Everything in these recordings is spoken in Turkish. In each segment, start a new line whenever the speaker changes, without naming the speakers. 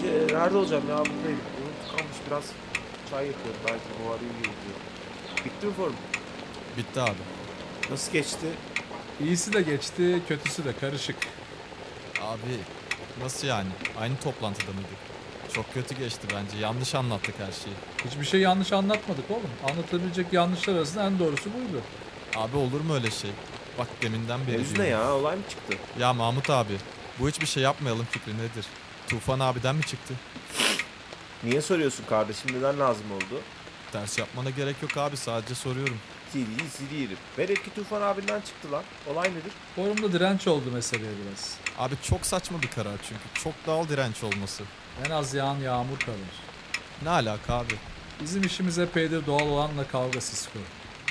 Şey, nerede olacağım ya buradayım. Unut kalmış biraz çay yapıyorum belki bu arayı yürüyor. Bitti mi forum?
Bitti abi.
Nasıl geçti?
İyisi de geçti, kötüsü de karışık.
Abi nasıl yani? Aynı toplantıda mıydık? Çok kötü geçti bence. Yanlış anlattık her şeyi.
Hiçbir şey yanlış anlatmadık oğlum. Anlatabilecek yanlışlar arasında en doğrusu buydu.
Abi olur mu öyle şey? Bak deminden beri
Mevzu ne
diyorum.
ya? Olay mı çıktı?
Ya Mahmut abi bu hiçbir şey yapmayalım fikri nedir? Tufan abiden mi çıktı?
Niye soruyorsun kardeşim? Neden lazım oldu?
Ders yapmana gerek yok abi sadece soruyorum.
Siri'yi Siri yerim. Velev ki Tufan abinden çıktı lan. Olay nedir?
Forumda direnç oldu meseleye biraz.
Abi çok saçma bir karar çünkü. Çok dal direnç olması.
En az yağan yağmur kalır.
Ne alaka abi?
Bizim işimiz epeydir doğal olanla kavga Sisko.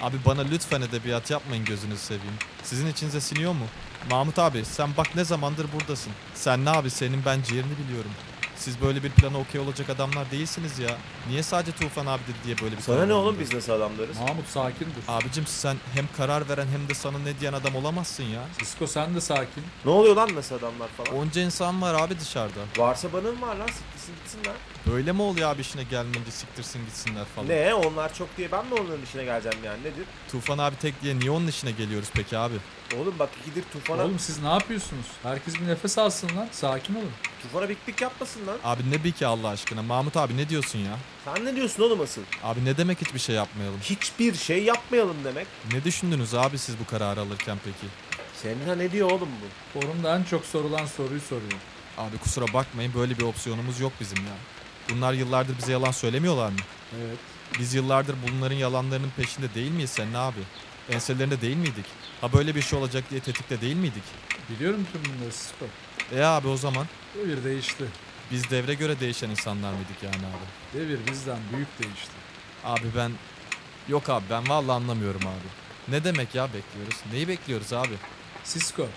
Abi bana lütfen edebiyat yapmayın gözünüzü seveyim. Sizin içinize siniyor mu? Mahmut abi sen bak ne zamandır buradasın. Sen ne abi senin ben ciğerini biliyorum. Siz böyle bir plana okey olacak adamlar değilsiniz ya. Niye sadece Tufan abi dedi diye böyle bir
Sana
karar
ne oğlum
alındı?
biz nasıl adamlarız?
Mahmut sakin dur.
Abicim sen hem karar veren hem de sana ne diyen adam olamazsın ya.
Sisko sen de sakin.
Ne oluyor lan nasıl adamlar falan?
Onca insan var abi dışarıda.
Varsa bana mı var lan? Siktirsin gitsin lan.
Böyle mi oluyor abi işine gelmeyince siktirsin gitsinler falan.
Ne? Onlar çok diye ben mi onların işine geleceğim yani? Nedir?
Tufan abi tek diye niye onun işine geliyoruz peki abi?
Oğlum bak ikidir Tufan'a,
Oğlum siz ne yapıyorsunuz? Herkes bir nefes alsın lan. Sakin olun.
Tufan'a bik bik yapmasın lan.
Abi ne bir ki Allah aşkına Mahmut abi ne diyorsun ya?
Sen ne diyorsun oğlum asıl?
Abi ne demek hiçbir şey yapmayalım?
Hiçbir şey yapmayalım demek.
Ne düşündünüz abi siz bu kararı alırken peki?
Seninle ne diyor oğlum bu?
Forumda en çok sorulan soruyu soruyor.
Abi kusura bakmayın böyle bir opsiyonumuz yok bizim ya. Bunlar yıllardır bize yalan söylemiyorlar mı?
Evet.
Biz yıllardır bunların yalanlarının peşinde değil miyiz sen ne abi? Enselerinde değil miydik? Ha böyle bir şey olacak diye tetikte değil miydik?
Biliyorum tüm bunları Sisko.
E abi o zaman
Devir değişti.
biz devre göre değişen insanlar mıydık yani abi?
Devir bizden büyük değişti.
Abi ben... Yok abi ben vallahi anlamıyorum abi. Ne demek ya bekliyoruz? Neyi bekliyoruz abi?
Sisko,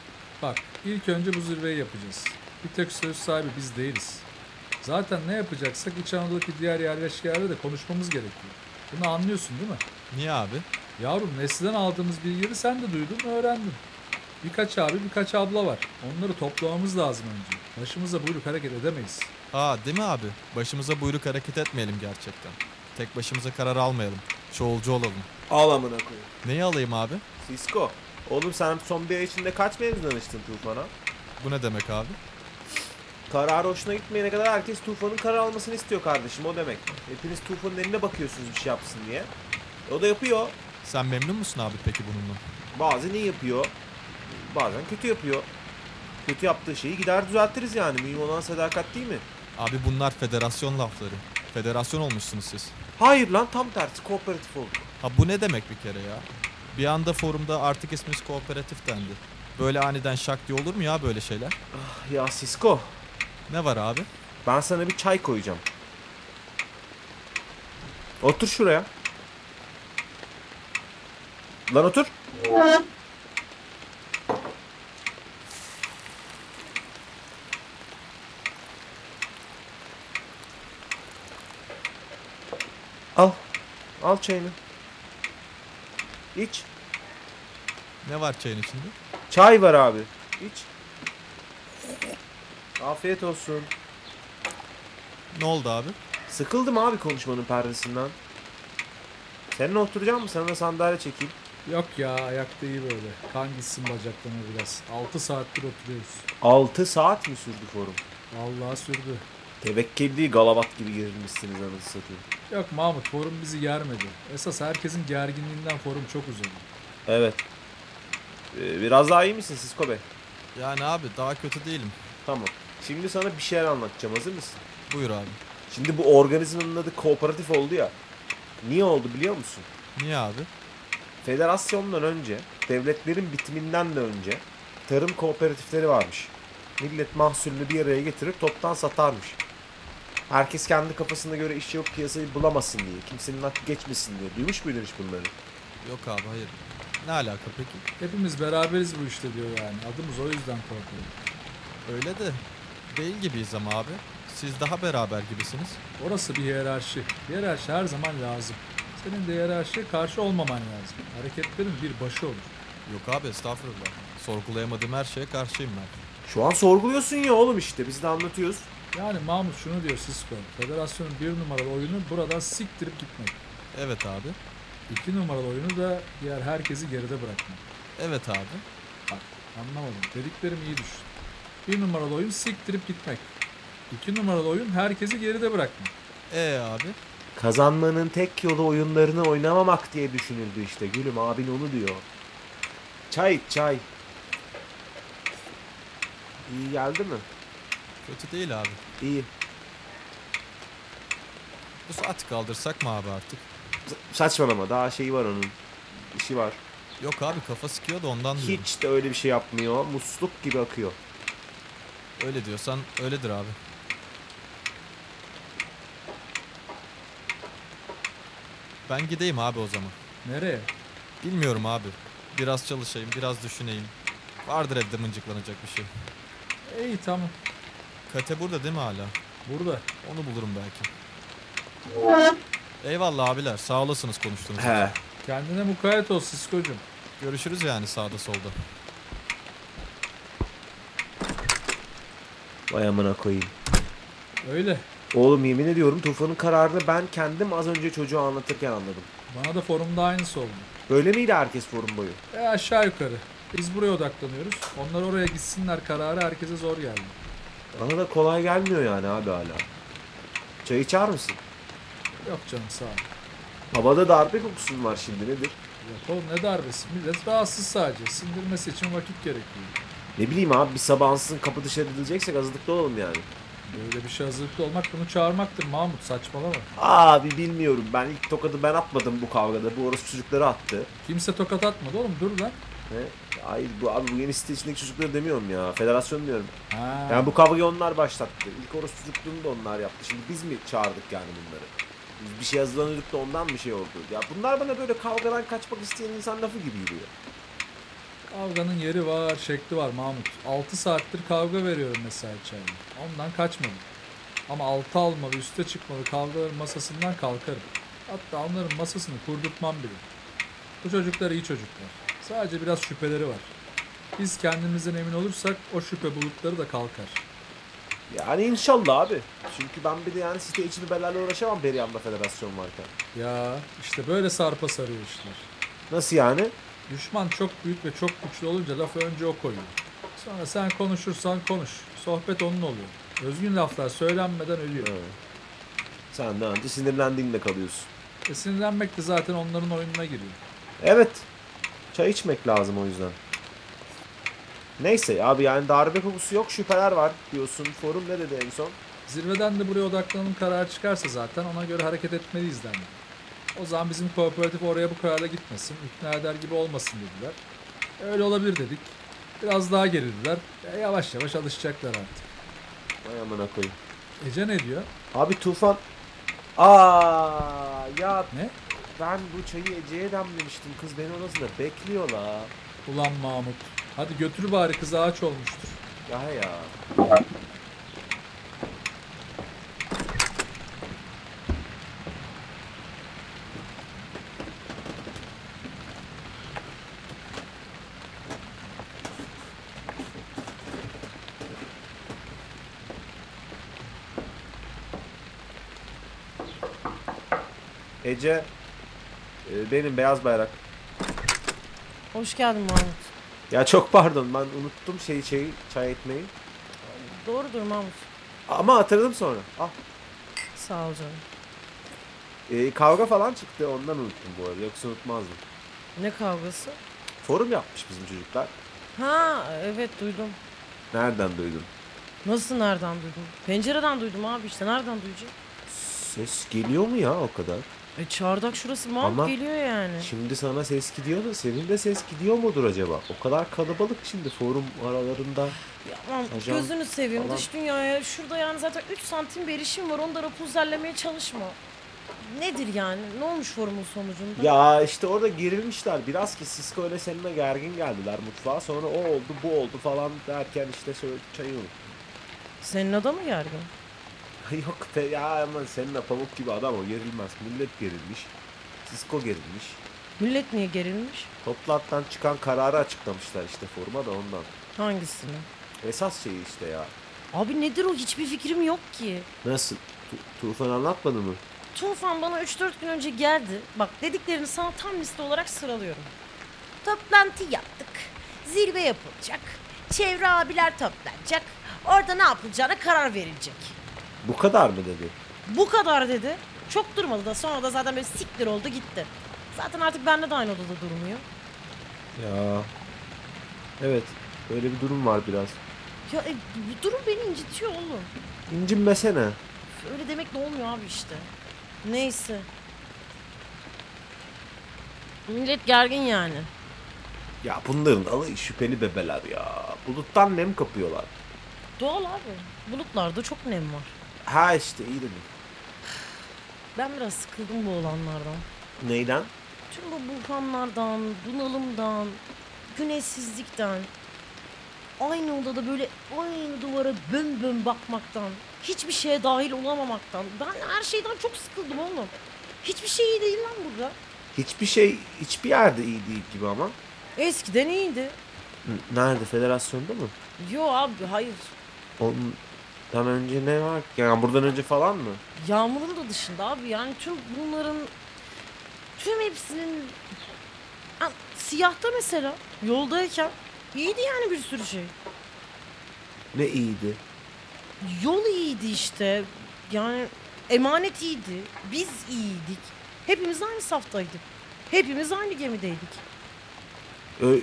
bak ilk önce bu zirveyi yapacağız. Bir tek söz sahibi biz değiliz. Zaten ne yapacaksak İç Anadolu'daki diğer yerleşkelerde de konuşmamız gerekiyor. Bunu anlıyorsun değil mi?
Niye abi?
Yavrum nesliden aldığımız bilgileri sen de duydun, öğrendin. Birkaç abi, birkaç abla var. Onları toplamamız lazım önce. Başımıza buyruk hareket edemeyiz.
Aa değil mi abi? Başımıza buyruk hareket etmeyelim gerçekten. Tek başımıza karar almayalım. Çoğulcu olalım.
Al amına koyayım.
Neyi alayım abi?
Sisko. Oğlum sen son bir ay içinde kaç mevzu danıştın Tufan'a?
Bu ne demek abi?
Karar hoşuna gitmeyene kadar herkes Tufan'ın karar almasını istiyor kardeşim o demek. Hepiniz Tufan'ın eline bakıyorsunuz bir şey yapsın diye. O da yapıyor.
Sen memnun musun abi peki bununla?
Bazen iyi yapıyor. Bazen kötü yapıyor. Kötü yaptığı şeyi gider düzeltiriz yani. Mühim olan sadakat değil mi?
Abi bunlar federasyon lafları. Federasyon olmuşsunuz siz.
Hayır lan tam tersi kooperatif olduk.
Ha bu ne demek bir kere ya? Bir anda forumda artık isminiz kooperatif dendi. Böyle aniden şak diye olur mu ya böyle şeyler?
Ya Sisko
Ne var abi?
ben sana bir çay koyacağım. Otur şuraya. Lan otur. Al. Al çayını. İç.
Ne var çayın içinde?
Çay var abi. İç. Afiyet olsun.
Ne oldu abi?
Sıkıldım abi konuşmanın perdesinden. Seninle oturacağım mı? Sana da sandalye çekeyim.
Yok ya, ayakta iyi böyle. Kan gitsin bacaklarına biraz. 6 saattir oturuyoruz.
6 saat mi sürdü forum?
Vallahi sürdü.
Tevekkil değil galavat gibi girilmişsiniz anasını satayım.
Yok Mahmut, forum bizi germedi. Esas herkesin gerginliğinden forum çok uzadı.
Evet. Ee, biraz daha iyi misin Sisko Bey?
Yani abi daha kötü değilim.
Tamam. Şimdi sana bir şeyler anlatacağım. Hazır mısın?
Buyur abi.
Şimdi bu organizmanın adı kooperatif oldu ya. Niye oldu biliyor musun?
Niye abi?
Federasyondan önce, devletlerin bitiminden de önce tarım kooperatifleri varmış. Millet mahsulünü bir araya getirir, toptan satarmış. Herkes kendi kafasına göre iş yapıp piyasayı bulamasın diye, kimsenin hakkı geçmesin diye. Duymuş muydun hiç bunları?
Yok abi hayır. Ne alaka peki?
Hepimiz beraberiz bu işte diyor yani. Adımız o yüzden korkuyor.
Öyle de değil gibiyiz ama abi. Siz daha beraber gibisiniz.
Orası bir hiyerarşi. Hiyerarşi her zaman lazım. Senin de hiyerarşiye karşı olmaman lazım. Hareketlerin bir başı olur.
Yok abi estağfurullah. Sorgulayamadığım her şeye karşıyım ben.
Şu an sorguluyorsun ya oğlum işte, biz de anlatıyoruz.
Yani Mahmut şunu diyor Sisko. Federasyonun bir numaralı oyunu buradan siktirip gitmek.
Evet abi.
İki numaralı oyunu da diğer herkesi geride bırakmak.
Evet abi.
Bak anlamadım. Dediklerim iyi düşün. Bir numaralı oyun siktirip gitmek. İki numaralı oyun herkesi geride bırakmak.
E abi.
Kazanmanın tek yolu oyunlarını oynamamak diye düşünüldü işte. Gülüm abin onu diyor. Çay iç, çay. İyi geldi mi?
Kötü değil abi.
İyi.
Bu saati kaldırsak mı abi artık?
Sa- Saçmalama daha şeyi var onun. İşi var.
Yok abi kafa sıkıyor da ondan diyorum.
Hiç de öyle bir şey yapmıyor. Musluk gibi akıyor.
Öyle diyorsan öyledir abi. Ben gideyim abi o zaman.
Nereye?
Bilmiyorum abi. Biraz çalışayım, biraz düşüneyim. Vardır evde mıncıklanacak bir şey.
İyi tamam.
Kate burada değil mi hala?
Burada.
Onu bulurum belki. Eyvallah abiler. Sağ olasınız konuştuğunuz için.
He.
Kendine mukayyet ol Sisko'cum.
Görüşürüz yani sağda solda.
Vay amına koyayım.
Öyle.
Oğlum yemin ediyorum Tufan'ın kararını ben kendim az önce çocuğa anlatırken anladım.
Bana da forumda aynısı oldu.
Böyle miydi herkes forum boyu?
E aşağı yukarı. Biz buraya odaklanıyoruz. Onlar oraya gitsinler kararı herkese zor geldi.
Bana da kolay gelmiyor yani abi hala. Çay içer misin?
Yok canım sağ ol.
Havada darbe kokusun var şimdi nedir?
Yok oğlum ne darbesi? Millet rahatsız sadece. Sindirmesi için vakit gerekiyor.
Ne bileyim abi bir sabah ansızın kapı dışarı edileceksek azlıkta olalım yani.
Böyle bir şey hazırlıklı olmak bunu çağırmaktır Mahmut saçmalama.
Abi bilmiyorum ben ilk tokadı ben atmadım bu kavgada. Bu orası çocukları attı.
Kimse tokat atmadı oğlum dur lan.
Ne? Ay bu abi bu yeni site içindeki çocukları demiyorum ya. Federasyon diyorum.
Ha.
Yani bu kavgayı onlar başlattı. İlk orası çocukluğunu da onlar yaptı. Şimdi biz mi çağırdık yani bunları? Biz bir şey hazırlanıyorduk da ondan bir şey oldu. Ya bunlar bana böyle kavgadan kaçmak isteyen insan lafı gibi geliyor.
Kavganın yeri var, şekli var Mahmut. 6 saattir kavga veriyorum mesai çayına. Ondan kaçmadım. Ama altı almalı, üste çıkmalı kavgaların masasından kalkarım. Hatta onların masasını kurdurtmam bile. Bu çocuklar iyi çocuklar. Sadece biraz şüpheleri var. Biz kendimizden emin olursak o şüphe bulutları da kalkar.
Yani inşallah abi. Çünkü ben bir de yani site içini belerle uğraşamam Beryan'da federasyon varken.
Ya işte böyle sarpa sarıyor işler.
Nasıl yani?
Düşman çok büyük ve çok güçlü olunca lafı önce o koyuyor. Sonra sen konuşursan konuş. Sohbet onun oluyor. Özgün laflar söylenmeden ölüyor.
Hı. Sen de önce sinirlendiğinde kalıyorsun.
E sinirlenmek de zaten onların oyununa giriyor.
Evet. Çay içmek lazım o yüzden. Neyse abi yani darbe kokusu yok şüpheler var diyorsun. Forum ne dedi en son?
Zirveden de buraya odaklanalım kararı çıkarsa zaten ona göre hareket etmeliyiz dendi. O zaman bizim kooperatif oraya bu kararla gitmesin, ikna eder gibi olmasın dediler. E öyle olabilir dedik. Biraz daha gerildiler. E yavaş yavaş alışacaklar artık.
Vay amına koyayım.
Ece ne diyor?
Abi Tufan... Aa ya
Ne?
ben bu çayı Ece'ye demlemiştim. Kız beni odasında bekliyor la.
Ulan Mahmut. Hadi götür bari kız ağaç olmuştur.
Ya ya. Ece, e, benim beyaz bayrak.
Hoş geldin Mahmut.
Ya çok pardon, ben unuttum şeyi, şeyi çay etmeyi.
Doğrudur Mahmut.
Ama hatırladım sonra. Ah.
Sağ ol canım.
Ee, kavga falan çıktı ondan unuttum bu arada. Yoksa unutmazdım.
Ne kavgası?
Forum yapmış bizim çocuklar.
Ha evet duydum.
Nereden duydun?
Nasıl nereden duydun? Pencereden duydum abi işte nereden duyacağım?
Ses geliyor mu ya o kadar?
E çardak şurası Mahmut
Ama-
geliyor yani.
Şimdi sana ses gidiyor da senin de ses gidiyor mudur acaba? O kadar kalabalık şimdi forum aralarında.
Ya Mahmut
Şey, Hocam,
gözünü seveyim
falan.
dış dünyaya. Şurada yani zaten 3 santim bir işim var onu da rapunzellemeye çalışma. Nedir yani? Ne olmuş forumun sonucunda?
Ya işte orada gerilmişler biraz ki Cisco ile seninle gergin geldiler mutfağa. Sonra o oldu bu oldu falan derken işte şöyle çayı unuttum.
Senin adamı gergin.
Yok be ya aman seninle pamuk gibi adam o gerilmez. Millet gerilmiş. Cisco gerilmiş.
Millet niye gerilmiş?
Toplantıdan çıkan kararı açıklamışlar işte foruma da ondan.
Hangisini?
Esas şeyi şey işte ya.
Abi nedir o hiçbir fikrim yok ki.
Nasıl? Tu- Tufan anlatmadı mı?
Tufan bana 3-4 gün önce geldi. Bak dediklerini sana tam liste olarak sıralıyorum. Toplantı yaptık. Zirve yapılacak. Çevre abiler toplanacak. Orada ne yapılacağına karar verilecek.
Bu kadar mı dedi?
Bu kadar dedi. Çok durmadı da sonra da zaten böyle siktir oldu gitti. Zaten artık benle de aynı odada durmuyor.
Ya. Evet. Öyle bir durum var biraz.
Ya e, bu durum beni incitiyor oğlum.
İncinmesene.
Üf, Öyle demek de olmuyor abi işte. Neyse. Millet gergin yani.
Ya bunların alayı şüpheli bebeler ya. Buluttan nem kapıyorlar.
Doğal abi. Bulutlarda çok nem var.
Ha işte iyi dedim.
Ben biraz sıkıldım bu olanlardan.
Neyden?
Tüm bu bulkanlardan, bunalımdan, güneşsizlikten, aynı odada böyle aynı duvara bön bön bakmaktan, hiçbir şeye dahil olamamaktan. Ben her şeyden çok sıkıldım oğlum. Hiçbir şey iyi değil lan burada.
Hiçbir şey hiçbir yerde iyi değil gibi ama.
Eskiden iyiydi.
N- Nerede? Federasyonda mı?
Yo abi hayır.
Ondan önce ne var ki? Yani buradan önce falan mı?
Yağmurun da dışında abi yani tüm bunların tüm hepsinin Ha, siyahta mesela yoldayken iyiydi yani bir sürü şey.
Ne iyiydi?
Yol iyiydi işte. Yani emanet iyiydi. Biz iyiydik. Hepimiz aynı saftaydık. Hepimiz aynı gemideydik.
Ö-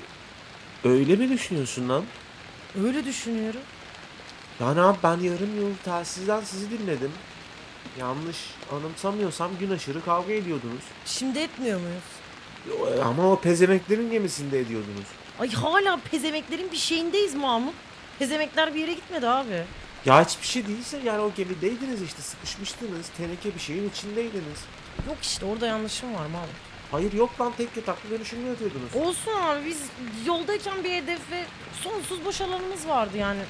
öyle mi düşünüyorsun lan?
Öyle düşünüyorum.
Yani abi ben yarım yıl telsizden sizi dinledim. Yanlış anımsamıyorsam gün aşırı kavga ediyordunuz.
Şimdi etmiyor muyuz?
Yo, e, Ama o pezemeklerin gemisinde ediyordunuz.
Ay hala pezemeklerin bir şeyindeyiz Mahmut. Pezemekler bir yere gitmedi abi.
Ya hiçbir şey değilse yani o gemideydiniz işte sıkışmıştınız. Teneke bir şeyin içindeydiniz.
Yok işte orada yanlışım var Mahmut.
Hayır yok lan tek yataklı dönüşümlü yatıyordunuz.
Olsun abi biz yoldayken bir hedef ve sonsuz boş alanımız vardı yani.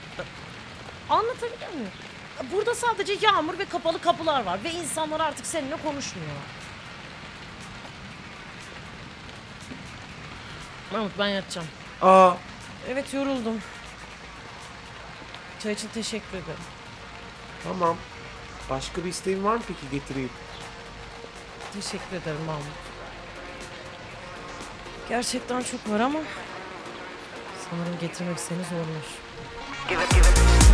Anlatabiliyor muyum? Burada sadece yağmur ve kapalı kapılar var ve insanlar artık seninle konuşmuyorlar. Mahmut ben yatacağım.
Aa
Evet yoruldum. Çay için teşekkür ederim.
tamam. Başka bir isteğin var mı peki getireyim?
Teşekkür ederim Mahmut. Gerçekten çok var ama sanırım getirmek seni zorlar.
Give it, give it.